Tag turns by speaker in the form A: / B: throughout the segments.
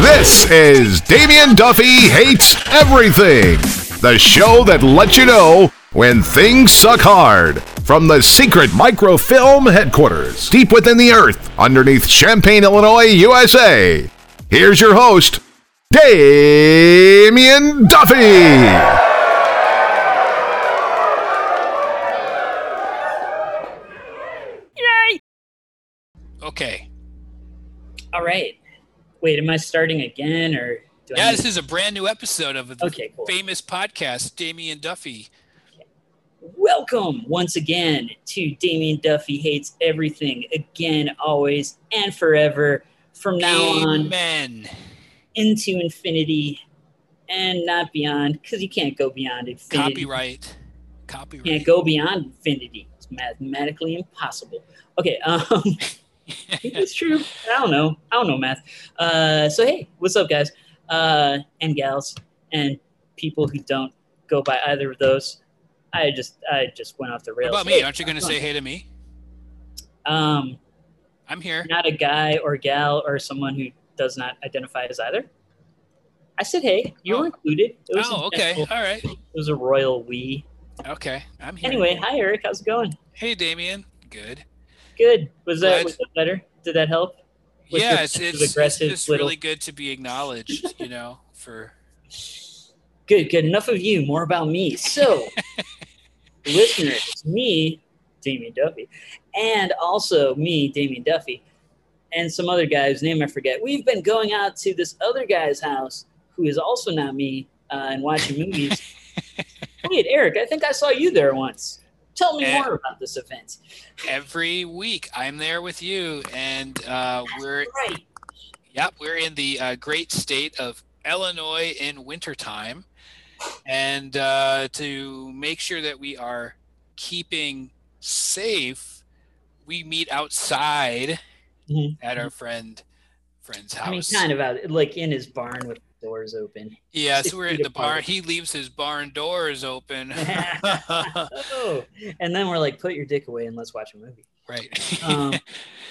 A: This is Damien Duffy Hates Everything, the show that lets you know when things suck hard. From the secret microfilm headquarters, deep within the earth, underneath Champaign, Illinois, USA, here's your host, Damien Duffy.
B: Okay.
C: All right. Wait, am I starting again or do
B: Yeah,
C: I need-
B: this is a brand new episode of the
C: Okay, cool.
B: famous podcast, Damien Duffy.
C: Welcome once again to Damien Duffy Hates Everything Again, Always, and Forever. From now on
B: Amen.
C: into infinity and not beyond, because you can't go beyond infinity.
B: Copyright. Copyright.
C: You can't go beyond infinity. It's mathematically impossible. Okay, um I think it's true. I don't know. I don't know math. Uh, so hey, what's up, guys uh, and gals and people who don't go by either of those? I just I just went off the
B: What
C: rails.
B: about me? Aren't you going to say hey to me?
C: Um,
B: I'm here.
C: not a guy or gal or someone who does not identify as either. I said hey. You were
B: Oh.
C: included. It was
B: Oh, okay.
C: intentional.
B: All right.
C: It was a royal we.
B: Okay. I'm here.
C: Anyway, hi Eric. How's it going?
B: Hey, Damien. Good.
C: Good. Was that,
B: Glad-
C: was that better? Did that help? Was your-
B: Yeah, it's,
C: was
B: it's, it's
C: aggressive
B: just
C: little-
B: really good to be acknowledged, you know, for
C: Good, good. Enough of you. More about me. So, listeners, me, Damien Duffy, and also me, Damien Duffy, and some other guy whose name I forget. We've been going out to this other guy's house who is also not me uh, and watching movies. Wait, Eric, I think I saw you there once. Tell me
B: Eh.
C: more about this event.
B: every week. I'm there with you, and uh, we're
C: Right.
B: Yep, we're in the uh, great state of Illinois in wintertime. And uh, to make sure that we are keeping safe, we meet outside
C: Mhm.
B: at our friend friend's
C: I mean,
B: house.
C: kind of out, like in his barn with the doors open.
B: yeah,
C: six
B: so we're
C: feet
B: in the
C: apart.
B: barn. He leaves his barn doors open.
C: Oh, and then we're like, put your dick away and let's watch a movie.
B: right.
C: Um,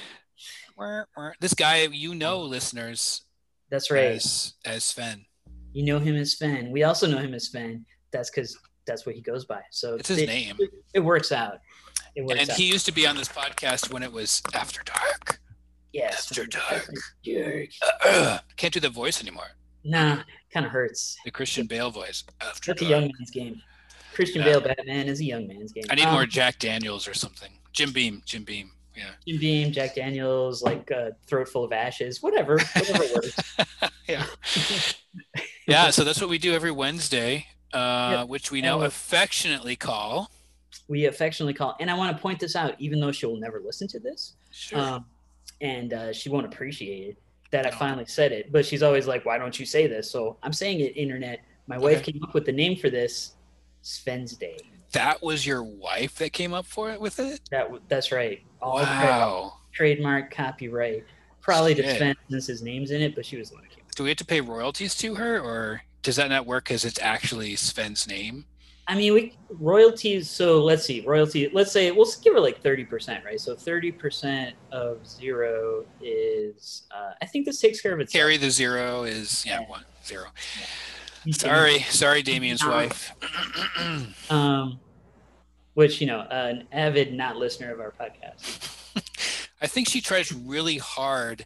B: Wah, wah. this guy, you know,
C: Mm.
B: listeners,
C: that's right.
B: as, as Sven.
C: You know him as Sven. We also know him as Sven. That's because that's what he goes by. So
B: It's his
C: it,
B: name.
C: It works out. It works
B: And
C: out.
B: he used to be on this podcast when it was After Dark.
C: yes.
B: After Dark.
C: Jerk.
B: Can't do the voice anymore.
C: Nah, kind of hurts.
B: The Christian Bale voice. After
C: That's a
B: dark.
C: young man's game. Christian
B: Yeah.
C: Bale Batman is a young man's game.
B: I need
C: Um,
B: more Jack Daniels or something. Jim Beam. Jim Beam. Yeah.
C: Jim Beam, Jack Daniels, like uh, throat full of ashes, whatever, whatever works.
B: Yeah. So that's what we do every Wednesday, uh, which we now
C: And-
B: affectionately call.
C: We affectionately call. And I want to point this out, even though she will never listen to this,
B: Sure.
C: um, and uh, she won't appreciate it that I
B: No.
C: finally said it. But she's always like, "Why don't you say this?" So I'm saying it. Internet. My wife
B: Okay.
C: came up with the name for this, Sven's Day.
B: that was your wife that came up for it with it.
C: That w- that's right. All tra-
B: Wow.
C: trademark, copyright. Probably to
B: Shit.
C: Sven since his name's in it, but she was the one who came. up.
B: Do we have to pay royalties to her, or does that not work because it's actually Sven's name?
C: I mean, we royalties. So let's see, royalty. Let's say we'll give her like thirty percent, right? So thirty percent of zero is. Uh, I think this takes care of itself.
B: Carry the zero is yeah one zero.
C: You can-
B: Sorry, sorry, Damien's
C: No.
B: wife.
C: um, which you know, an avid not listener of our podcast.
B: I think she tries really hard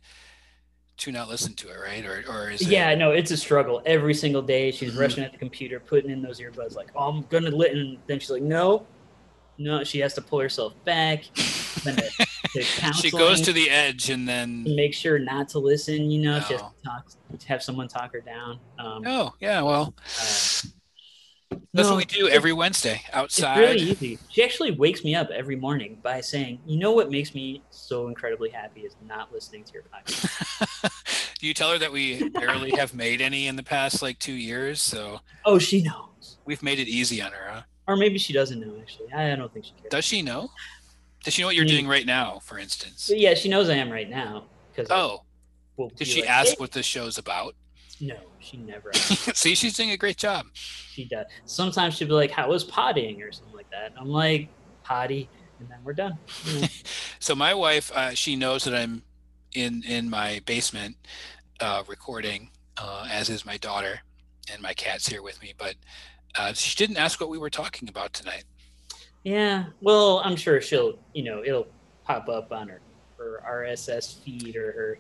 B: to not listen to it, right? Or, or is it?
C: Yeah, no, it's a struggle every single day. She's
B: Mhm.
C: rushing at the computer, putting in those earbuds, like, "Oh, I'm gonna lit," and then she's like, "No, no." She has to pull herself back. Then to, to
B: She
C: counseling
B: goes to the edge and then.
C: to make sure not to listen. You know, she has
B: No.
C: to talk, to have someone talk her down. Um,
B: Oh, yeah. Well, that's
C: no,
B: what we do every Wednesday
C: It's
B: outside.
C: really easy. She actually wakes me up every morning by saying, "You know what makes me so incredibly happy is not listening to your podcast."
B: do you tell her that we barely have made any in the past like two years? So
C: Oh, she knows.
B: we've made it easy on her, huh?
C: Or maybe she doesn't know, actually. I I don't think she cares.
B: Does she know? Does she know what you're
C: Mm.
B: doing right now, for instance?
C: But yeah, she knows I am right now. Because
B: Oh,
C: well, "Eh,
B: did she ask what this show's about?
C: No, she never asks.
B: See, she's doing a great job.
C: she does. Sometimes she'll be like, "How was pottying?" or something like that. I'm like, "Potty," and then we're done. You know,
B: So my wife, uh, she knows that I'm in in my basement uh, recording, uh, as is my daughter, and my cat's here with me. But uh, she didn't ask what we were talking about tonight.
C: yeah. Well, I'm sure she'll. You know, it'll pop up on her her RSS feed or her.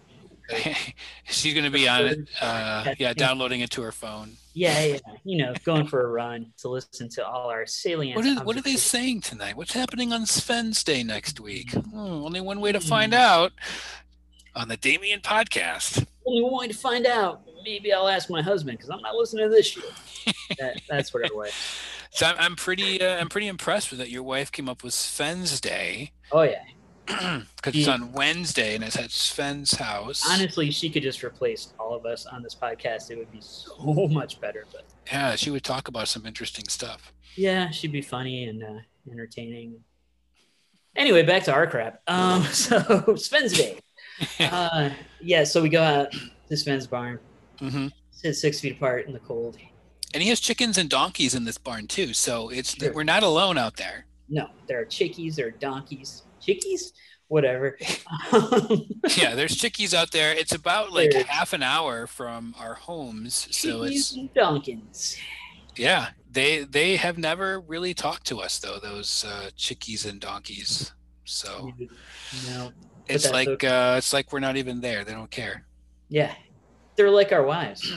B: she's going to be on it. Uh, yeah, downloading it to her phone.
C: Yeah, yeah. You know, going for a run to listen to all our salient.
B: What, is, what are they
C: observations.
B: saying tonight? What's happening on Sven's Day next week? Hmm, only one way to find out on the Damien podcast.
C: Only one way to find out. Maybe I'll ask my husband because I'm not listening to this shit. that, that's what it was.
B: So I'm, I'm pretty, uh, I'm pretty impressed with that. Your wife came up with Sven's Day.
C: Oh yeah.
B: because it's
C: Yeah.
B: on Wednesday and it's at Sven's house.
C: Honestly, she could just replace all of us on this podcast. It would be so much better. But
B: Yeah, she would talk about some interesting stuff.
C: yeah, she'd be funny and uh, entertaining. Anyway, back to our crap. Um, so Sven's day. Uh, yeah, so we go out to Sven's barn, Mm-hmm.
B: hmm
C: sit six feet apart in the cold.
B: And he has chickens and donkeys in this barn too, so it's
C: Sure.
B: we're not alone out there.
C: No, there are chickies, there are donkeys, chickies, whatever. Um,
B: yeah, there's chickies out there. It's about like
C: There.
B: half an hour from our homes, so
C: chickies
B: it's
C: and donkins.
B: yeah. They they have never really talked to us though. Those uh, chickies and donkeys. So
C: No,
B: it's
C: that's
B: like uh, it's like we're not even there. They don't care.
C: Yeah. They're like our wives.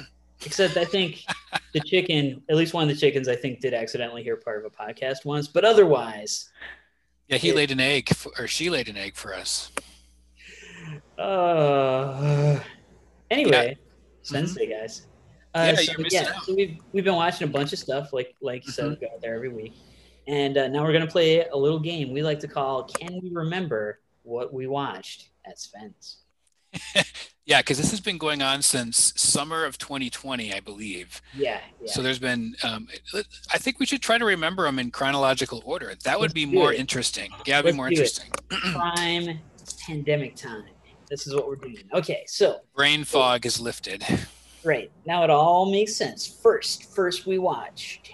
C: Except I think the chicken, at least one of the chickens I think did accidentally hear part of a podcast once, but otherwise,
B: Yeah, he
C: Yeah.
B: laid an egg, for, or she laid an egg for us.
C: uh anyway, sensei guys. Uh,
B: Yeah,
C: so,
B: you're missing
C: yeah,
B: out.
C: so we've we've been watching a bunch of stuff like like you said we go out there every week. And uh, now we're going to play a little game we like to call can we remember what we watched at Sven's.
B: Yeah, because this has been going on since summer of 2020, I believe.
C: Yeah, yeah.
B: So there's been, um, I think we should try to remember them in chronological order. That would
C: Let's
B: be
C: do
B: more
C: it.
B: interesting. Yeah, it'd
C: Let's
B: be more
C: do it.
B: interesting.
C: prime pandemic time. This is what we're doing. Okay, so
B: Brain fog is lifted.
C: Right. Now it all makes sense. First, first we watched.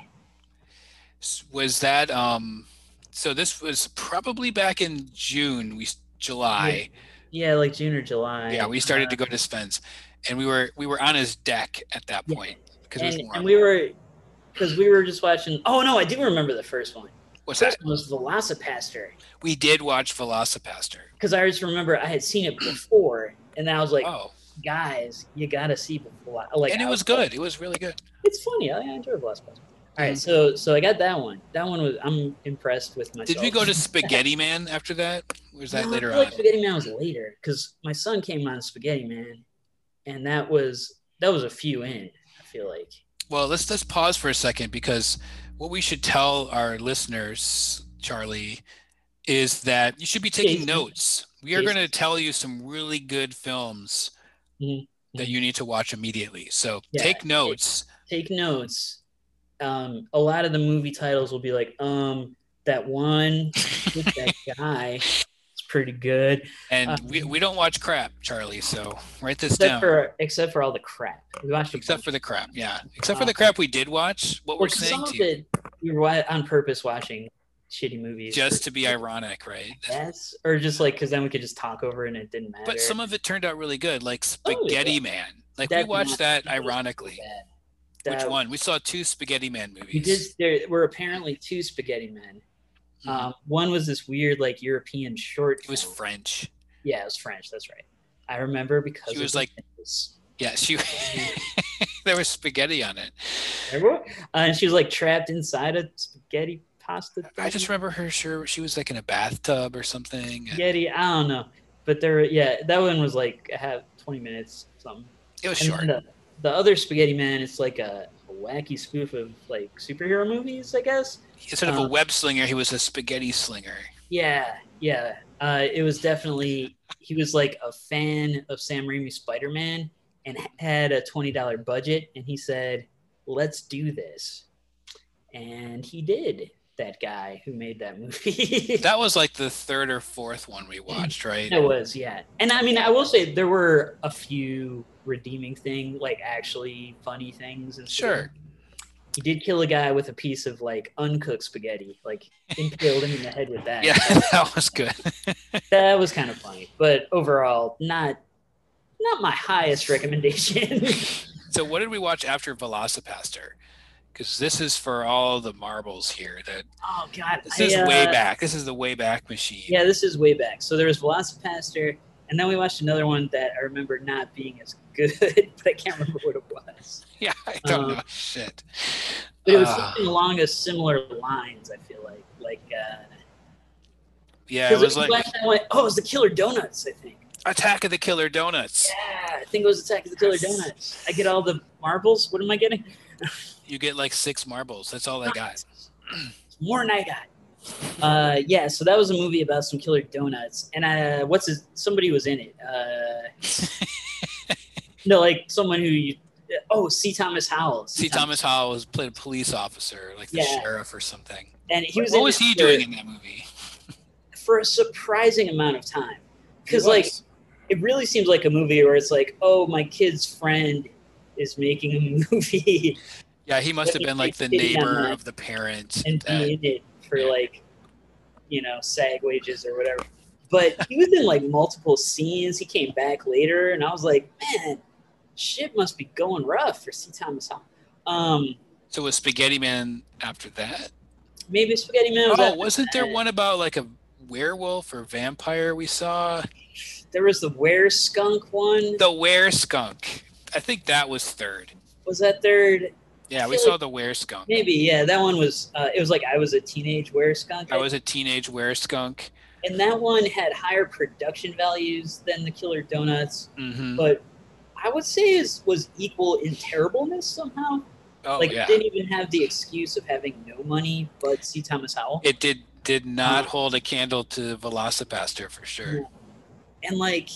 B: S- Was that, um, so this was probably back in June, we, s- July.
C: Yeah, like June or July. Uh,
B: Yeah, we started to go to Sven's and we were, we were on his deck at that
C: Yeah.
B: point. Because it was
C: and,
B: warm.
C: and we were because we were just watching. Oh no, I do remember the first one.
B: What's that?
C: First one was Velocipaster
B: We did watch Velocipaster.
C: because I just remember I had seen it before, and I was like,
B: Oh,
C: guys, you gotta see Velo- like,
B: and it
C: I
B: was good. It was really good.
C: It's funny. I, I enjoyed Velocipaster. All right,
B: Mhm.
C: so so I got that one. That one was I'm impressed with myself.
B: Did we go to Spaghetti Man after that? Or was that
C: No, I
B: later
C: feel
B: on?
C: like Spaghetti Man was later because my son came on Spaghetti Man, and that was that was a few in. I feel like
B: Well, let's let's pause for a second because what we should tell our listeners, Charlie, is that you should be taking
C: Jason.
B: notes. We are
C: Jason.
B: going to tell you some really good films
C: Mhm.
B: that you need to watch immediately. So
C: Yeah.
B: take notes.
C: take notes. Um, a lot of the movie titles will be like, um, that one with that guy. It's pretty good,
B: And
C: Uh,
B: we, we don't watch crap, Charlie. So write this
C: except
B: down.
C: for except for all the crap we watched. a
B: except
C: bunch.
B: for the crap. Yeah. Except for
C: Uh,
B: the crap we did watch. What
C: Well,
B: we're saying
C: some
B: to
C: of
B: you,
C: it we were wa- on purpose watching shitty movies,
B: just to be ironic, right?
C: yes, or just like because then we could just talk over it and it didn't matter.
B: But some of it turned out really good, like
C: Oh, yeah.
B: Spaghetti Man. Like we
C: That's
B: watched
C: not-
B: that ironically.
C: Bad.
B: Which
C: That-
B: one? We saw two Spaghetti Man
C: We did.
B: movies.
C: There were apparently two spaghetti men.
B: Mhm.
C: Um, one was this weird, like European short.
B: It was
C: film.
B: French.
C: yeah, it was French. That's right. I remember because
B: She
C: of
B: was
C: the
B: like-
C: names.
B: Yeah, she. there was spaghetti on it.
C: Remember? Uh, and she was like trapped inside a spaghetti pasta.
B: I just
C: thing?
B: remember her. Sure, she was like in a bathtub or something. and
C: spaghetti. I don't know, but there. Yeah, that one was like I have twenty minutes something.
B: It was
C: And
B: short.
C: then the, the other spaghetti man, it's like a, a wacky spoof of like superhero movies, I guess.
B: Instead of a
C: um,
B: web slinger, he was a spaghetti slinger.
C: Yeah, yeah. Uh, it was definitely he was like a fan of Sam Raimi's Spider Man and had a twenty dollar budget, and he said, "Let's do this," and he did. that guy who made that movie.
B: That was like the third or fourth one
C: Mm-hmm.
B: we watched, right?
C: It was, yeah. And I mean, I will say there were a few redeeming things, like actually funny things. And stuff.
B: Sure.
C: He did kill a guy with a piece of like uncooked spaghetti, like impaled him in the head with that.
B: Yeah, that was good.
C: That was kind of funny. But overall, not not my highest recommendation.
B: So, what did we watch after Velocipaster? Because this is for all the marbles here. That
C: oh god.
B: this
C: I,
B: is way
C: uh,
B: back. This is the way back machine.
C: Yeah, this is way back. So there was Velocipaster, and then we watched another one that I remember not being as good, but I can't remember what it was.
B: Yeah, I don't
C: Um,
B: know shit.
C: But it was
B: Uh,
C: something along a similar lines. I feel like, like, uh,
B: yeah, it
C: 'cause
B: was like
C: when I went, oh, it was the Killer Donuts, I think.
B: Attack of the Killer Donuts.
C: Yeah, I think it was Attack of the Killer Donuts. I get all the marbles. What am I getting?
B: You get like six marbles. That's all I got.
C: More than I got. Uh, yeah, so that was a movie about some killer donuts, and uh, what's his? Somebody was in it. Uh, no, like someone who you. Oh, C. Thomas Howell.
B: See, Thomas Howell was played a police officer, like the
C: Yeah.
B: sheriff or something.
C: and he was.
B: what
C: in
B: was
C: it
B: he
C: for-
B: doing in that movie?
C: for a surprising amount of time? Because
B: He
C: like
B: was.
C: it really seems like a movie where it's like, oh, my kid's friend is making a movie
B: yeah, he must have
C: he
B: been like the
C: did that
B: neighbor
C: night
B: of the parent.
C: and
B: that-
C: be in it for
B: yeah.
C: like, you know, sag wages or whatever. But he was in like multiple scenes. He came back later, and I was like, man, shit must be going rough for C. Thomas Howell. Um,
B: so was Spaghetti Man after that?
C: maybe Spaghetti Man. Was
B: Oh,
C: after
B: wasn't there
C: that.
B: one about like a werewolf or vampire we saw?
C: There was the Where Skunk one.
B: The were skunk. I think that was third.
C: Was that third?
B: Yeah, we
C: Really?
B: saw the were skunk.
C: Maybe yeah. That one was. Uh, it was like I was a teenage Where Skunk.
B: I was a teenage were skunk.
C: and that one had higher production values than the Killer Donuts,
B: hmm
C: but I would say is was equal in terribleness somehow.
B: Oh
C: like
B: yeah,
C: it didn't even have the excuse of having no money, but see Thomas Howell,
B: it did did not
C: Yeah.
B: hold a candle to Velocipaster for sure.
C: and like,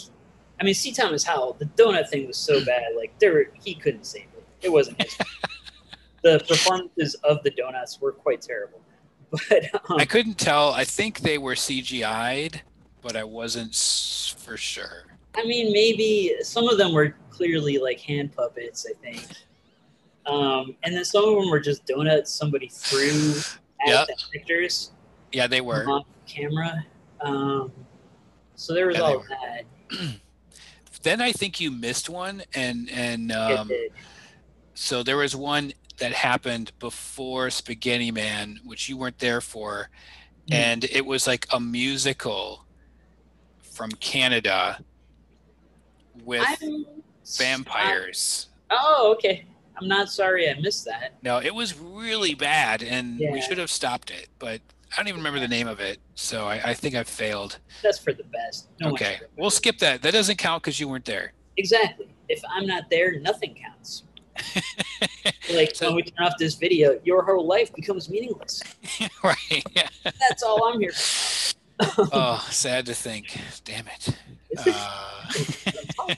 C: I mean, see Thomas Howell, the donut thing was so bad, like there were, he couldn't save it. It wasn't his. fault. the performances of the donuts were quite terrible, but um,
B: I couldn't tell. I think they were CGI'd, but I wasn't s- for sure.
C: I mean, maybe some of them were clearly like hand puppets, I think. Um, and then some of them were just donuts somebody threw at
B: Yeah.
C: the actors
B: Yeah, they were.
C: on camera. Um, so there was
B: Yeah, they
C: all
B: were.
C: that.
B: Then I think you missed one, and and
C: It
B: um,
C: did.
B: so there was one that happened before Spaghetti Man, which you weren't there for,
C: Mhm.
B: and it was like a musical from Canada with
C: I'm
B: vampires.
C: oh, okay. I'm not sorry I missed that.
B: No, it was really bad, and we
C: Yeah.
B: should have stopped it, but I don't even remember the name of it, so I, I think I failed.
C: That's for the best. No one
B: okay,
C: should-
B: we'll skip that. That doesn't count because you weren't there.
C: exactly. If I'm not there, nothing counts. like
B: So-
C: when we turn off this video, your whole life becomes meaningless.
B: right. Yeah.
C: That's all I'm here. for.
B: Oh, sad to think. Damn it.
C: This is
B: Uh,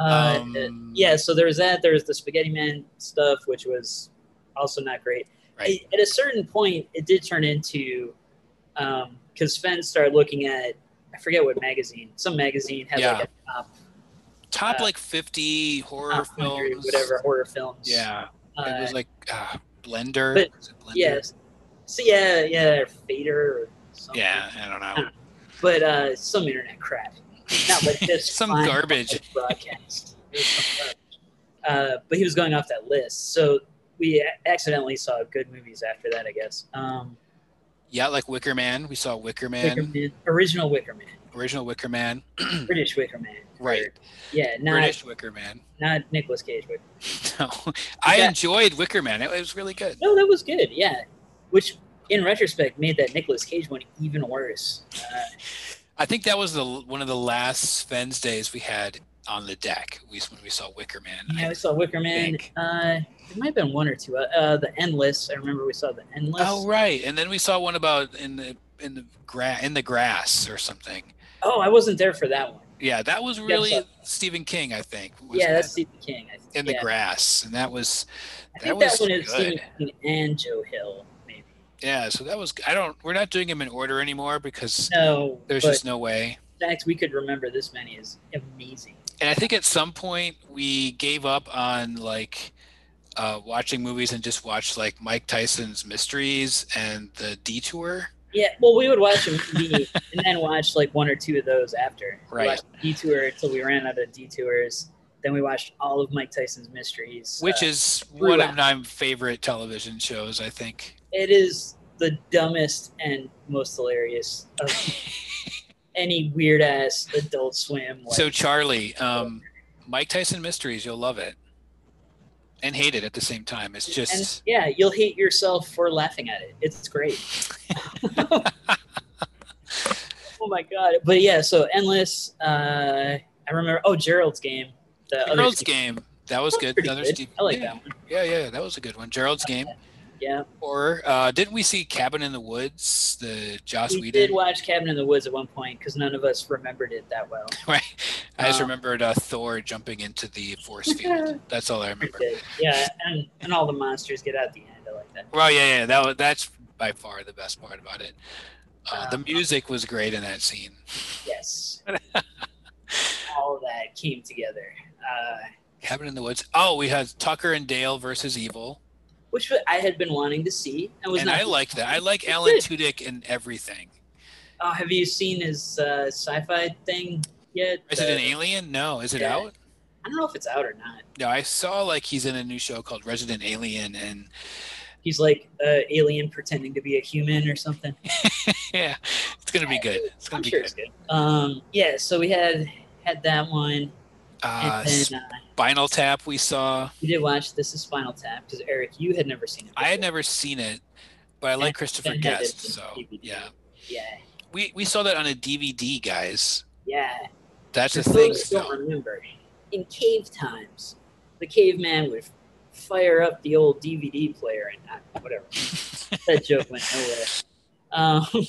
C: Uh,
B: Um,
C: yeah, so there was that. There was the Spaghetti Man stuff, which was also not great.
B: Right.
C: At, at a certain point, it did turn into because Sven started looking at I forget what magazine, some magazine had like a top,
B: top
C: uh,
B: like 50 horror
C: top 100,
B: films.
C: Uh, whatever horror films.
B: Yeah. it
C: uh,
B: was like uh, Blender.
C: but-
B: Was it Blender?
C: yes. So yeah, yeah, or Fader or something.
B: Yeah, I don't know.
C: but uh, some internet crap, not like this.
B: Some
C: fine
B: garbage.
C: broadcast. It was some garbage. Uh, but he was going off that list, so we a- accidentally saw good movies after that, I guess. Um,
B: Yeah, like Wicker Man. We saw Wicker Man,
C: Wicker Man, original Wicker Man,
B: original Wicker Man.
C: British Wicker Man,
B: Hmm. Right.
C: Yeah, not
B: British Wicker Man.
C: not Nicolas Cage Wicker.
B: No, I
C: Yeah.
B: enjoyed Wicker Man. It was really good.
C: No, that was good. Yeah, which in retrospect made that Nicolas Cage one even worse. Uh,
B: I think that was the one of the last Sven's days we had on the deck. We when we saw Wicker Man.
C: yeah, we saw Wicker Man.
B: think.
C: Uh, there might have been one or two. Uh, uh, the Endless. I remember we saw the Endless.
B: oh right, and then we saw one about in the in the gra- in the grass or something.
C: Oh, I wasn't there for that one.
B: Yeah, that was really
C: but-
B: Stephen King, I think. was
C: yeah,
B: that?
C: that's Stephen King. I think.
B: in the
C: yeah.
B: grass, and that was
C: I
B: that
C: think that,
B: was
C: one is
B: good.
C: Stephen King and Joe Hill, maybe.
B: Yeah, so that was I don't we're not doing them in order anymore because
C: No,
B: there's
C: but
B: just no way.
C: the fact we could remember this many is amazing.
B: And I think at some point we gave up on like uh, watching movies and just watched like Mike Tyson's Mysteries and The Detour.
C: Yeah, well, we would watch a movie and then watch like one or two of those after. We
B: Right.
C: watched Detour until we ran out of detours. Then we watched all of Mike Tyson's mysteries.
B: which
C: Uh,
B: is one of
C: throughout.
B: my favorite television shows. I think
C: it is the dumbest and most hilarious of any weird ass Adult Swim. Like,
B: so. Charlie, um, Mike Tyson Mysteries, you'll love it and hate it at the same time. It's
C: and
B: just
C: yeah, you'll hate yourself for laughing at it. It's great. oh my god! But yeah, so endless. Uh, I remember. Oh, Gerald's game. The other
B: Gerald's
C: Steve-
B: game. That was
C: That's
B: good.
C: pretty
B: Another
C: good.
B: Steve-
C: I like
B: yeah,
C: that one.
B: Yeah, yeah, that was a good one. Gerald's game
C: Yeah,
B: horror. Uh, didn't we see Cabin in the Woods? The Joss
C: we
B: Whedon.
C: did watch Cabin in the Woods at one point because none of us remembered it that well.
B: Right. I just
C: Uh,
B: remembered uh, Thor jumping into the force field. That's all I
C: We
B: remember.
C: did. Yeah, and, and all the monsters get out at the end. I like that.
B: Well, yeah, yeah, that was, that's by far the best part about it. Uh, the
C: Um,
B: music was great in that scene.
C: Yes. All of that came together. Uh,
B: Cabin in the Woods. Oh, we had Tucker and Dale versus Evil,
C: which I had been wanting to see. And was
B: and
C: not
B: I liked that. I like
C: It's
B: Alan
C: good.
B: Tudyk in everything.
C: Oh, have you seen his uh, sci-fi thing yet?
B: Is it an
C: Uh,
B: Alien? No, is it
C: yeah.
B: out?
C: I don't know if it's out or not.
B: No, I saw like he's in a new show called Resident Alien, and
C: He's like an alien pretending to be a human or something.
B: yeah, it's gonna be good. It's gonna
C: I'm
B: be
C: sure
B: good.
C: it's good. Um, yeah, so we had had that one,
B: Uh,
C: and then uh,
B: Spinal Tap we saw.
C: we did watch This Is Spinal Tap because Eric, you had never seen it.
B: I had
C: before.
B: never seen it, but I like Christopher
C: and had it
B: Guest,
C: in
B: so
C: DVD.
B: yeah.
C: Yeah,
B: We we saw that on a DVD, guys.
C: yeah.
B: That's the
C: For
B: thing.
C: those who
B: though.
C: don't remember, in cave times, the caveman would fire up the old DVD player and uh, whatever. that joke went nowhere. Um,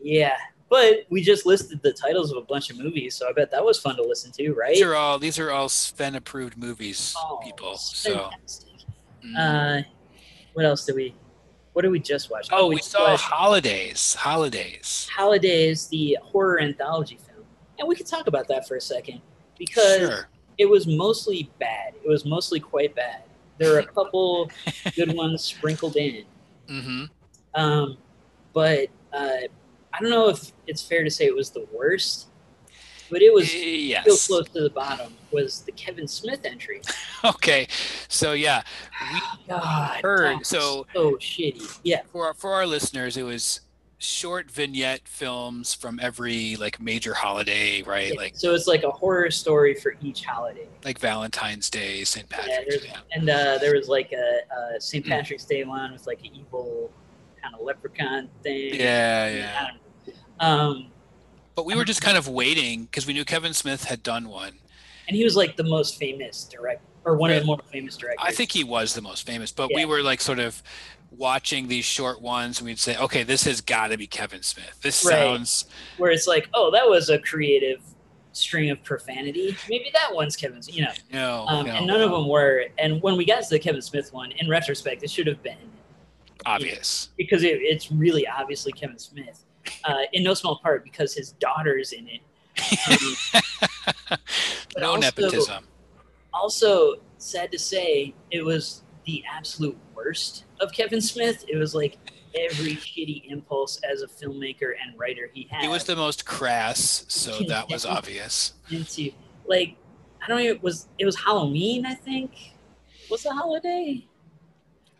C: yeah, but we just listed the titles of a bunch of movies, so I bet that was fun to listen to, right?
B: These are all these are all Sven approved movies,
C: Oh,
B: people.
C: it's
B: So
C: fantastic.
B: mm.
C: Uh, what else did we? What did we just watch?
B: oh, we
C: just
B: saw
C: watched
B: holidays. Holidays.
C: Holidays, the horror anthology film, and we could talk about that for a second because
B: Sure.
C: it was mostly bad. It was mostly quite bad. There were a couple good ones sprinkled in,
B: Mm-hmm.
C: um, but uh, I don't know if it's fair to say it was the worst. But it was still
B: yes.
C: close to the bottom. Was the Kevin Smith entry?
B: Okay. So yeah, we
C: God,
B: Heard.
C: that was
B: So-
C: so shitty. Yeah,
B: for our, for our listeners, it was short vignette films from every like major holiday, right?
C: yeah.
B: Like
C: so it's like a horror story for each holiday.
B: like Valentine's Day, St.
C: Yeah,
B: Patrick's
C: there's,
B: Day.
C: and uh, there was like a, a
B: Mm.
C: St. Patrick's Day one with like an evil kind of leprechaun thing.
B: Yeah, yeah.
C: I don't know. Um,
B: But we were just
C: Mm-hmm.
B: kind of waiting because we knew Kevin Smith had done one.
C: and he was like the most famous director or one of the more famous directors.
B: I think he was the most famous, but we
C: Yeah.
B: were like sort of watching these short ones and we'd say, okay, this has got to be Kevin Smith. This
C: Right.
B: sounds
C: where it's like, oh, that was a creative string of profanity. Maybe that one's Kevin's, you know.
B: no,
C: Um,
B: Oh, no,
C: And none of them were. And when we got to the Kevin Smith one, in retrospect, it should have been
B: obvious.
C: because it, it's really obviously Kevin Smith, uh, in no small part because his daughter's in it. Um, but
B: no
C: also-
B: nepotism.
C: also sad to say it was the absolute worst of kevin smith it was like every shitty impulse as a filmmaker and writer he had
B: He was the most crass, so that was obvious.
C: into like i don't even was it was halloween i think was the holiday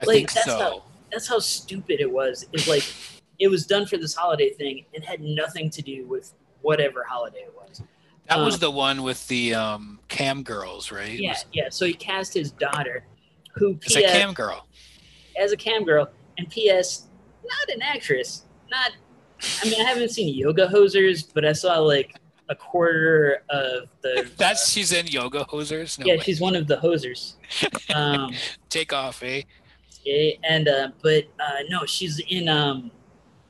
B: I
C: Like,
B: think
C: that's
B: so.
C: how- that's how stupid it was it's like it was done for this holiday thing and had nothing to do with whatever holiday it was
B: That was
C: Um,
B: the one with the um, cam girls, right? It
C: yeah uh,
B: was-
C: yeah so he cast his daughter who
B: It's a
C: P.S.
B: cam girl.
C: as a cam girl, and P.S. not an actress. Not, I mean, I haven't seen Yoga Hosers, but I saw like a quarter of the.
B: That's she's in yoga hosers. No
C: yeah,
B: way.
C: she's one of the hosers. Um,
B: Take off, eh?
C: eh, and uh, but uh, no, she's in um,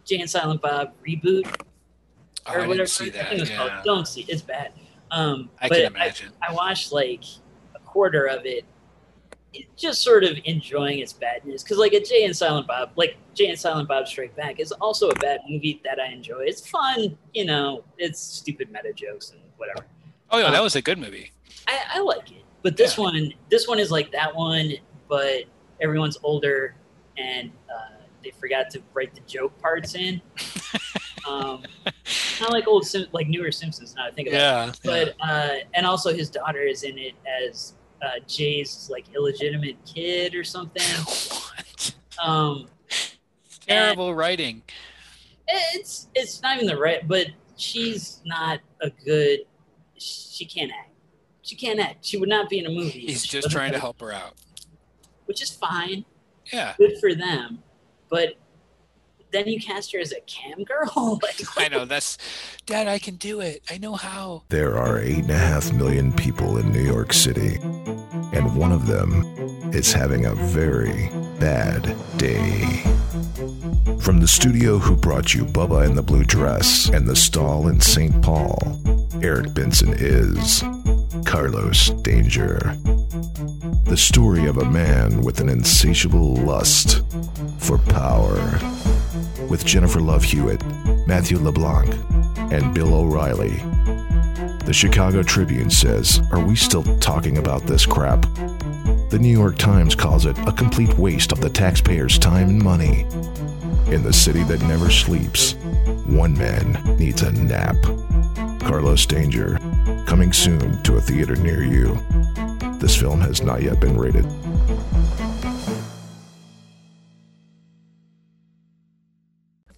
C: Jay and Silent Bob reboot
B: Oh,
C: or
B: I
C: whatever
B: didn't see
C: the thing
B: that.
C: was called.
B: Yeah.
C: Don't see, it's bad. Um,
B: I
C: but
B: can imagine.
C: I watched like a quarter of it, just sort of enjoying its badness because like a jay and silent bob like jay and silent bob strike back is also a bad movie that i enjoy it's fun you know it's stupid meta jokes and whatever
B: Oh yeah,
C: Um,
B: that was a good movie.
C: i, I like it but this
B: Yeah.
C: one this one is like that one but everyone's older and uh, they forgot to write the joke parts in um kind of like old Sim- like newer simpsons now i think about it
B: Yeah.
C: but uh, and also his daughter is in it as uh, Jay's like illegitimate kid or something.
B: what?
C: Um,
B: Terrible writing.
C: it's it's not even the right, but she's not a good. She can't act. She can't act. She would not be in a movie.
B: He's just trying to help her out.
C: which is fine.
B: Yeah,
C: Good for them, but then you cast her as a cam girl. like,
B: I know. That's Dad. I can do it. I know how.
A: There are 8.5 million people in New York City, and one of them is having a very bad day. From the studio who brought you Bubba and the Blue Dress and the stall in St. Paul, Eric Benson is Carlos Danger. The story of a man with an insatiable lust for power. With Jennifer Love Hewitt, Matthew LeBlanc, and Bill O'Reilly. The Chicago Tribune says, Are we still talking about this crap? The New York Times calls it a complete waste of the taxpayers' time and money. In the city that never sleeps, one man needs a nap. Carlos Danger, coming soon to a theater near you. This film has not yet been rated.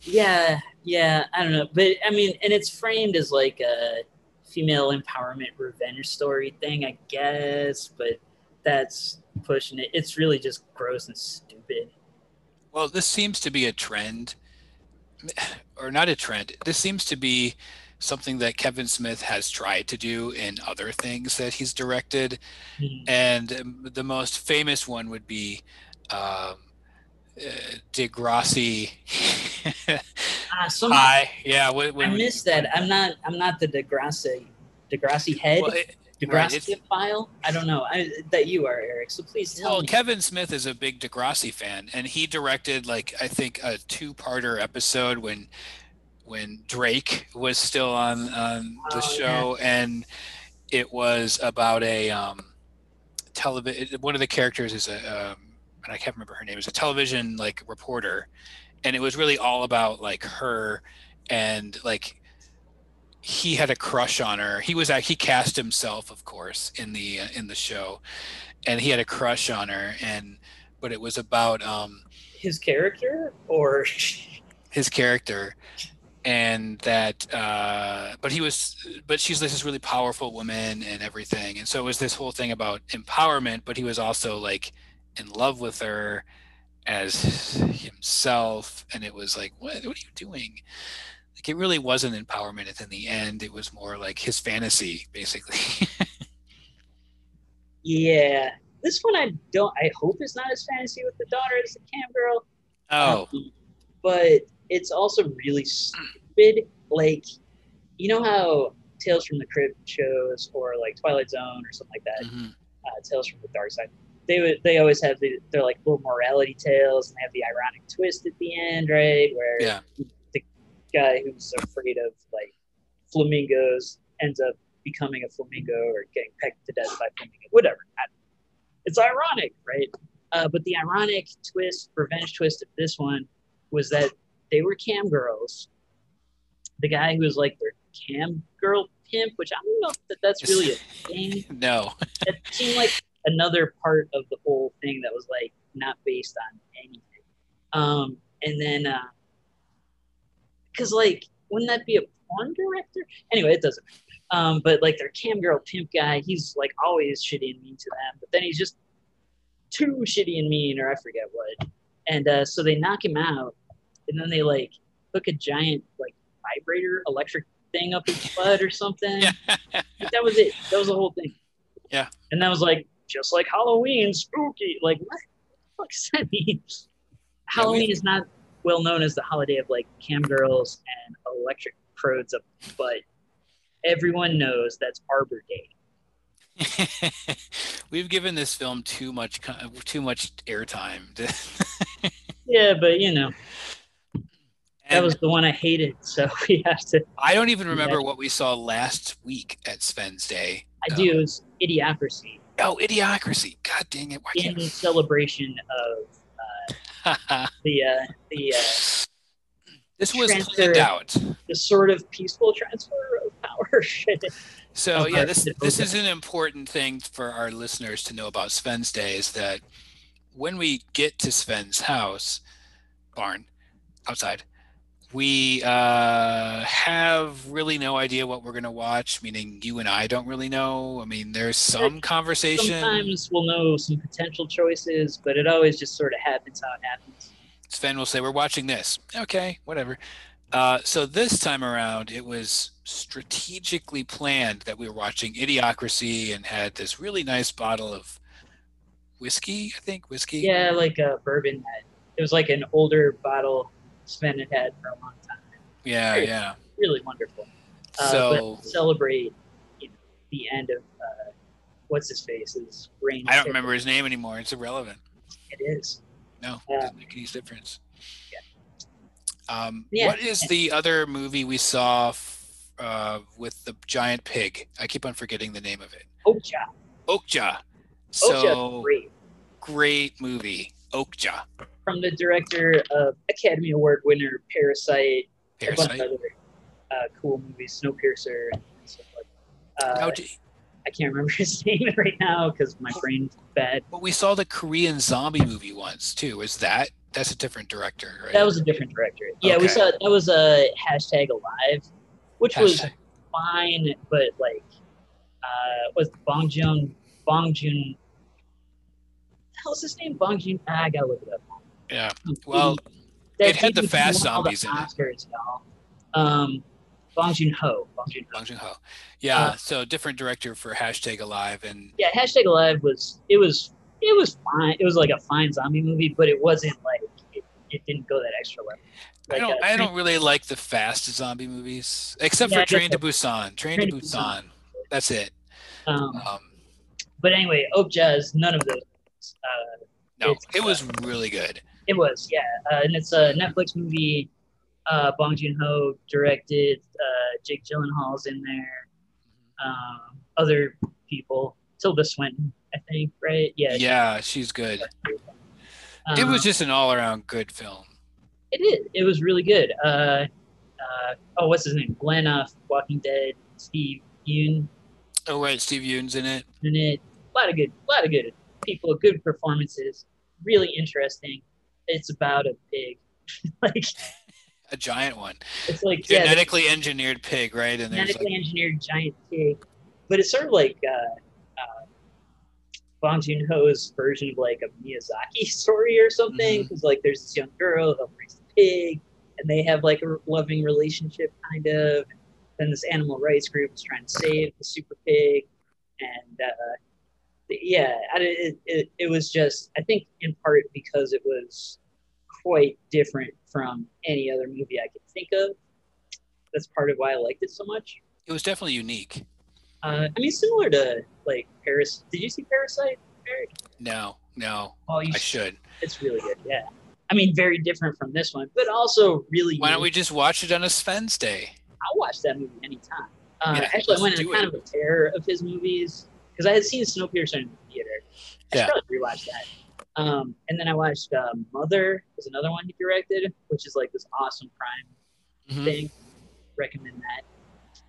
C: yeah, yeah. I don't know, but I mean, and it's framed as like a female empowerment revenge story thing, I guess. But that's pushing it. It's really just gross and stupid.
B: Well, this seems to be a trend, or not a trend. This seems to be something that Kevin Smith has tried to do in other things that he's directed.
C: Mhm.
B: And um, the most famous one would be um, uh, Degrassi.
C: Ah, some, I,
B: Hi. Yeah. When, when,
C: miss that. I'm not. I'm not the Degrassi. Degrassi head.
B: well, it- right,
C: Degrassi
B: it's-
C: file. I don't know. I, that you are Eric. So please tell
B: Well,
C: me.
B: Kevin Smith is a big Degrassi fan, and he directed like I think a two-parter episode when when Drake was still on on the
C: Oh,
B: show, and it was about a um, television. One of the characters is a um, and I can't remember her name is a television like reporter, and it was really all about like her and like he had a crush on her. He was act- he cast himself, of course, in the uh, in the show, and he had a crush on her. And but it was about um,
C: His character or
B: his character, and that. Uh, but he was, but she's like this really powerful woman and everything. And so it was this whole thing about empowerment. But he was also like in love with her as himself, and it was like, what? What are you doing? Like it really wasn't empowerment. It's in the end, it was more like his fantasy, basically.
C: yeah. This one I don't. I hope is not as fantasy with the daughter as the cam girl.
B: oh,
C: Um, But it's also really stupid. Like, you know how Tales from the Crypt shows or like Twilight Zone or something like that,
B: mhm.
C: uh, Tales from the Dark Side, they would they always have the, they're like little morality tales and they have the ironic twist at the end, right? Where
B: yeah.
C: guy who's afraid of like flamingos ends up becoming a flamingo or getting pecked to death by flamingo, whatever. I- It's ironic, right? Uh, but the ironic twist, revenge twist of this one was that they were cam girls. The guy who was like their cam girl pimp, which I don't know that that's really a thing.
B: No.
C: It seemed like another part of the whole thing that was like not based on anything. Um, and then, uh, cause like, wouldn't that be a porn director? Anyway, it doesn't. matter. Um, but like their cam girl pimp guy, he's like always shitty and mean to them, but then he's just too shitty and mean, or I forget what. And uh, so they knock him out, and then they like hook a giant like vibrator electric thing up his butt or something.
B: Yeah.
C: But that was it. That was the whole thing.
B: Yeah.
C: And that was like just like Halloween, spooky. Like what the fuck does that mean? Halloween is not well known as the holiday of like cam girls and electric prods up, but everyone knows that's Arbor Day.
B: We've given this film too much co- too much airtime.
C: Yeah, but you know that
B: And
C: was the one I hated, so we have to.
B: I don't even remember what we saw last week at Sven's Day.
C: I do. It was idiocracy
B: Oh, Idiocracy! God dang it! Why
C: in
B: can't?
C: celebration of the uh, the uh,
B: this was
C: Transfer.
B: planned out.
C: the sort of peaceful transfer of power.
B: So
C: Of
B: yeah,
C: our-
B: this
C: the
B: this
C: program.
B: is an important thing for our listeners to know about Sven's day is that when we get to Sven's house, barn, outside, we uh, have really no idea what we're gonna watch. Meaning you and I don't really know. I mean, there's some conversation.
C: Sometimes we'll know some potential choices, but it always just sort of happens how it happens.
B: Sven will say, "We're watching this." Okay, whatever. Uh, so this time around, it was strategically planned that we were watching Idiocracy and had this really nice bottle of whiskey. I think whiskey.
C: Yeah, like a bourbon had. It was like an older bottle Sven had had for a long time.
B: yeah,
C: Sure.
B: yeah.
C: Really wonderful. Uh,
B: so
C: but celebrate you know, the end of uh, what's his face's reign.
B: I don't remember his name anymore. It's irrelevant.
C: It is.
B: No,
C: Yeah.
B: doesn't make any difference. Um,
C: Yeah.
B: What is the other movie we saw f- uh, with the giant pig? I keep on forgetting the name of it.
C: Okja.
B: Okja. So
C: Okja's great.
B: great movie. Okja.
C: From the director of Academy Award winner Parasite, a bunch
B: Parasite.
C: of other uh, cool movies, Snowpiercer, and stuff like that. Uh,
B: Now, d-
C: I can't remember his name right now because my brain's bad.
B: but we saw the Korean zombie movie once too. Is that that's a different director, right?
C: That was a different director. Yeah,
B: Okay.
C: we saw that was a hashtag alive, which was
B: Hashtag.
C: fine, but like, uh, was Bong Joon Bong Joon. How's his name? Bong Joon. Ah, I gotta look it up.
B: Yeah. Well,
C: Mm-hmm. That
B: it had the
C: dude who
B: fast
C: won all
B: zombies
C: the
B: in it.
C: Oscars, y'all. Um, Bong Joon Ho. Bong Joon Ho.
B: Bong Joon Ho. Yeah.
C: Uh,
B: so different director for Hashtag Alive, and
C: Yeah, hashtag alive was it was it was fine. It was like a fine zombie movie, but it wasn't like it, it didn't go that extra level.
B: I
C: Like,
B: don't
C: uh,
B: I don't really like the fast zombie movies except
C: Yeah,
B: for
C: I guess
B: Train to Busan. Train to
C: Train to Busan.
B: Busan. That's it.
C: Um,
B: Um,
C: but anyway, Okja is none of those. Uh,
B: no,
C: It's,
B: it was really good.
C: It was, yeah. Uh, and it's a Netflix movie. Uh, Bong Joon Ho directed. Uh, Jake Gyllenhaal's in there. Um, other people. Tilda Swinton, I think, right? Yeah.
B: Yeah, she's good.
C: Um,
B: It was just an all around good film.
C: It is. It was really good. Uh, uh, oh, what's his name? Glenn off Walking Dead. Steve Yoon
B: Oh right, Steve Yeun's in it.
C: in it. A lot of good. A lot of good people. Good performances. Really interesting. It's about a pig. like
B: A giant one.
C: it's like yeah. the-
B: Genetically engineered pig, right? And there's like
C: genetically engineered giant pig, but it's sort of like uh, uh, Bong Joon Ho's version of like a Miyazaki story or something.
B: Mhm.
C: Because like there's this young girl who brings the pig, and they have like a r- loving relationship, kind of. Then this animal rights group is trying to save the super pig, and uh, yeah, I, it, it it was just I think in part because it was quite different from any other movie I could think of. That's part of why I liked it so much.
B: it was definitely unique.
C: Uh, I mean, similar to like Paris. Did you see Parasite? Eric?
B: No, no,
C: Oh, you
B: I should.
C: It's really good. Yeah. I mean, very different from this one, but also really.
B: Why don't we
C: unique.
B: just watch it on a Sven's day?
C: I'll watch that movie anytime. Uh,
B: Yeah,
C: actually, I
B: let's
C: went in
B: do
C: kind of
B: it.
C: a tear of his movies because I had seen Snowpiercer in the theater. I
B: Yeah.
C: should probably rewatch that. Um, and then I watched uh, Mother, is another one he directed, which is like this awesome crime
B: Mhm.
C: thing. Recommend that.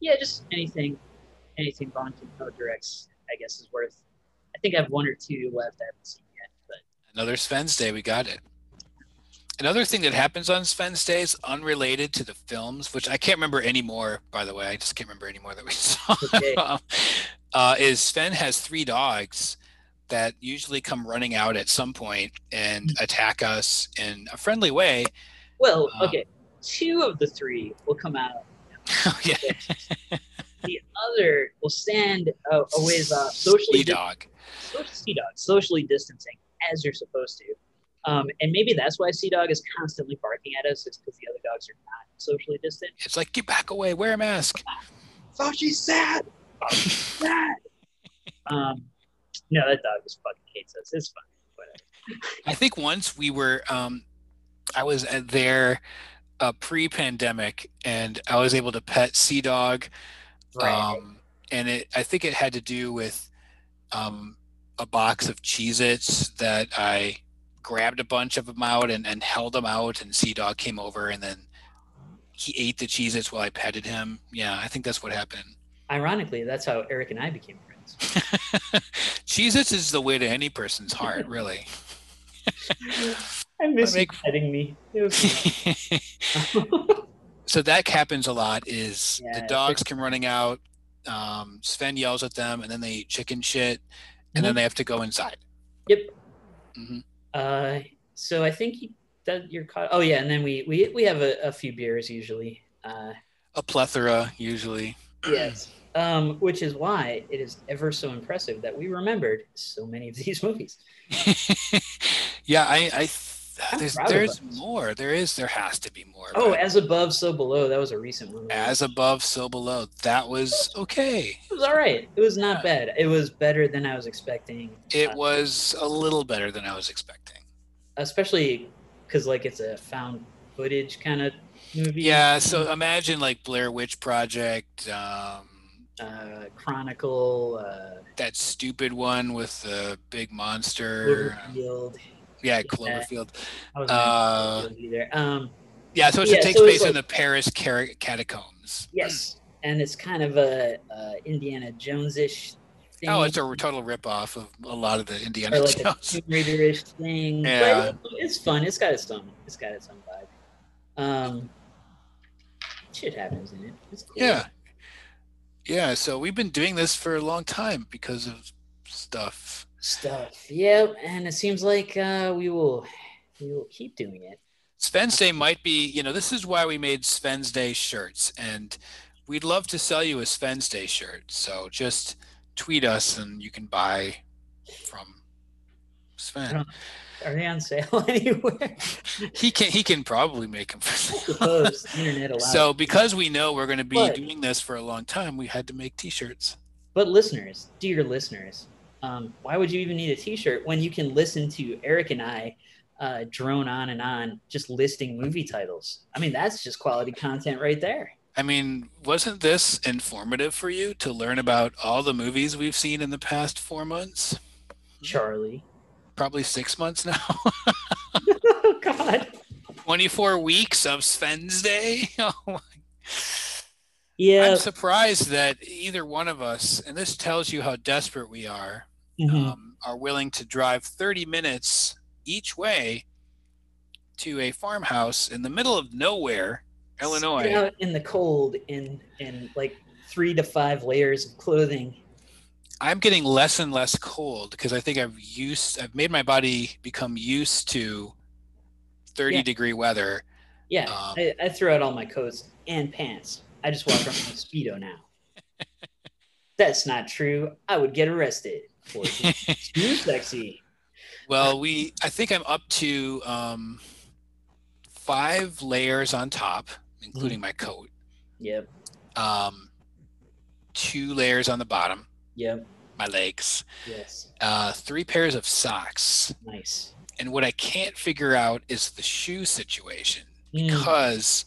C: Yeah, just anything, anything Bond Joon-ho directs, I guess, is worth. I think I have one or two left I haven't seen yet, but
B: Another Sven's day, we got it. Another thing that happens on Sven's days, unrelated to the films, which I can't remember anymore, by the way, I just can't remember anymore that we saw,
C: Okay.
B: uh, is Sven has three dogs that usually come running out at some point and attack us in a friendly way.
C: well,
B: Uh.
C: okay, two of the three will come out.
B: Oh, yeah,
C: The other will stand uh, a ways off,
B: Sea
C: socially dis-
B: dog.
C: social sea dog, socially distancing as you're supposed to. Um, and maybe that's why Sea Dog is constantly barking at us. It's because the other dogs are not socially distant.
B: It's like, get back away, wear a mask.
C: Fauci's sad. Fauci's sad. Um, no, that dog just fucking hates us. It's fine. Whatever.
B: I think once we were, um, I was at there uh, pre-pandemic, and I was able to pet Sea Dog, um, and it. I think it had to do with um, a box of Cheez-Its that I grabbed a bunch of them out and, and held them out, and Sea Dog came over, and then he ate the Cheez-Its while I petted him. Yeah, I think that's what happened.
C: Ironically, that's how Eric and I became friends.
B: Cheez-Its is the way to any person's heart, really.
C: I miss
B: I
C: you
B: make-
C: petting me. It was-
B: so that happens a lot is
C: Yeah,
B: the
C: it
B: dogs come running out um, sven yells at them and then they eat chicken shit and
C: Mm-hmm.
B: then they have to go inside
C: Yep.
B: hmm
C: Uh, so I think you, that you're caught. Oh yeah, and then we we we have a, a few beers usually. Uh,
B: a plethora usually
C: yes. Um, which is why it is ever so impressive that we remembered so many of these movies.
B: yeah i i th-
C: I'm
B: there's
C: proud of
B: there's
C: us.
B: more there is there has to be more
C: Oh,
B: but
C: as above, so below. That was a recent one.
B: as above so below that was okay
C: it was all right. It was not bad. It was better than I was expecting, Uh,
B: it was a little better than i was expecting
C: especially because like it's a found footage kind of movie.
B: yeah so imagine like blair witch project um
C: Uh, Chronicle. Uh,
B: that stupid one with the big monster
C: Cloverfield.
B: yeah cloverfield
C: I was
B: Uh,
C: either. Um,
B: Yeah, so it
C: Yeah,
B: takes
C: so it's
B: place in
C: like-
B: the Paris car- catacombs.
C: Yes, and it's kind of a, uh Indiana Jones-ish thing.
B: Oh, it's a total ripoff of a lot of the Indiana
C: or like a
B: Jones.
C: Tomb Raider-ish thing. but
B: Yeah.
C: it- it's fun. It's got its own. It's got its own vibe. Um, shit happens in it. It's cool.
B: Yeah, yeah. So we've been doing this for a long time because of stuff.
C: stuff. Yep, and it seems like uh, we will we will keep doing it.
B: Sven's Day might be, you know, this is why we made Sven's Day shirts, and we'd love to sell you a Sven's Day shirt. So just tweet us, and you can buy from Sven.
C: Uh-huh. Are they on sale anywhere?
B: He can he can probably make them for sale.
C: Suppose the internet allows.
B: So because we know we're going to be
C: But-
B: doing this for a long time, we had to make T-shirts.
C: But listeners, dear listeners, um, why would you even need a T-shirt when you can listen to Eric and I uh, drone on and on, just listing movie titles? I mean, that's just quality content right there.
B: I mean, wasn't this informative for you to learn about all the movies we've seen in the past four months?
C: Charlie,
B: Probably six months now.
C: oh God,
B: Twenty-four weeks of Sven's Day. Oh my-
C: yeah,
B: I'm surprised that either one of us, and this tells you how desperate we are,
C: mhm.
B: um, are willing to drive 30 minutes each way to a farmhouse in the middle of nowhere, Illinois.
C: Sit out in the cold in in like three to five layers of clothing.
B: I'm getting less and less cold because I think I've used I've made my body become used to 30
C: Yeah.
B: degree weather.
C: Yeah,
B: Um,
C: I, I threw out all my coats and pants. I just walk around with a speedo now. That's not true. I would get arrested for being too sexy.
B: Well, we I think I'm up to um, five layers on top, including
C: Mm-hmm.
B: my coat.
C: Yep,
B: Um, two layers on the bottom,
C: yep,
B: my legs.
C: yes,
B: Uh, three pairs of socks.
C: nice.
B: And what I can't figure out is the shoe situation.
C: Mm,
B: because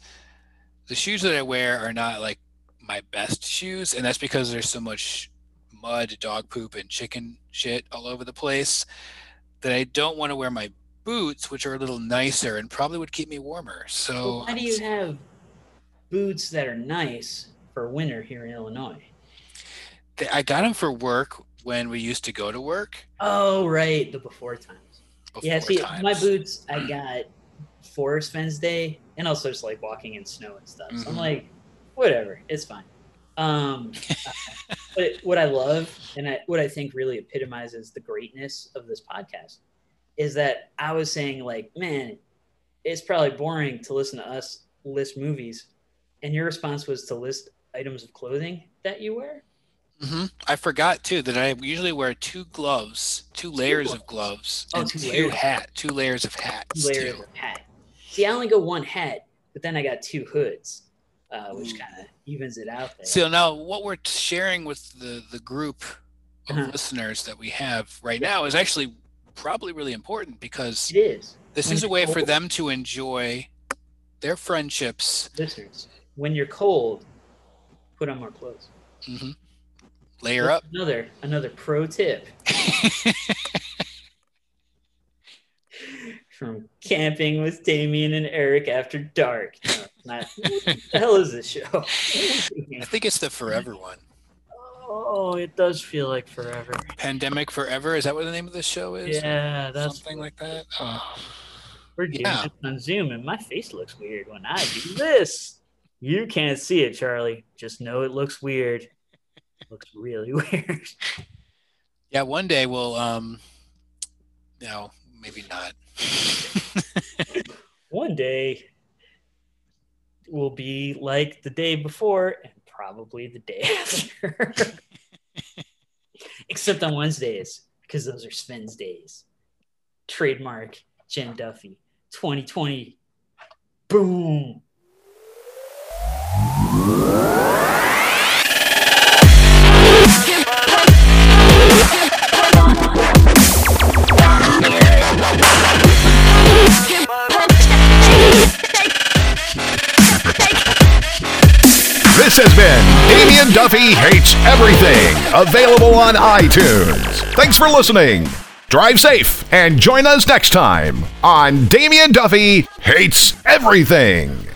B: the shoes that I wear are not like my best shoes, and that's because there's so much mud, dog poop, and chicken shit all over the place that I don't want to wear my boots, which are a little nicer and probably would keep me warmer. So
C: Well, why do you have boots that are nice for winter here in Illinois?
B: th- I got them for work when we used to go to work.
C: Oh, right, the before times.
B: Before
C: yeah, see,
B: times. Mm.
C: my boots I got for Sven's Day, and also just like walking in snow and stuff. So I'm
B: Mhm.
C: like, whatever, it's fine. Um, but what I love, and I, what I think really epitomizes the greatness of this podcast, is that I was saying like, man, it's probably boring to listen to us list movies, and your response was to list items of clothing that you wear.
B: Mhm. I forgot too that I usually wear two gloves, two layers of gloves,
C: Oh,
B: and
C: two
B: two
C: layers.
B: hat, two layers of hats.
C: layers
B: too.
C: of hat. See, I only go one hat, but then I got two hoods, uh, which
B: Ooh.
C: kind of evens it out. There.
B: So now what we're sharing with the the group of
C: Uh-huh.
B: listeners that we have right now is actually probably really important because
C: It is.
B: this
C: When
B: is a
C: you're
B: way for
C: cold-
B: them to enjoy their friendships
C: listeners. When you're cold, put on more clothes.
B: hmm layer up
C: Another another pro tip from camping with Damien and Eric after dark. No, it's not, what the hell is this show?
B: i think it's the forever one
C: oh, it does feel like forever.
B: pandemic forever is that what the name of the show is
C: Yeah, that's
B: something like that oh.
C: We're doing
B: Yeah.
C: this on Zoom, and my face looks weird when I do this. You can't see it, Charlie. Just know it looks weird. looks really weird.
B: yeah one day we'll um no maybe not
C: One day will be like the day before and probably the day after. Except on Wednesdays, because those are Sven's days. Trademark Jen Duffy 2020. Boom.
A: This has been Damien Duffy Hates Everything, available on iTunes. Thanks for listening. Drive safe and join us next time on Damien Duffy Hates Everything.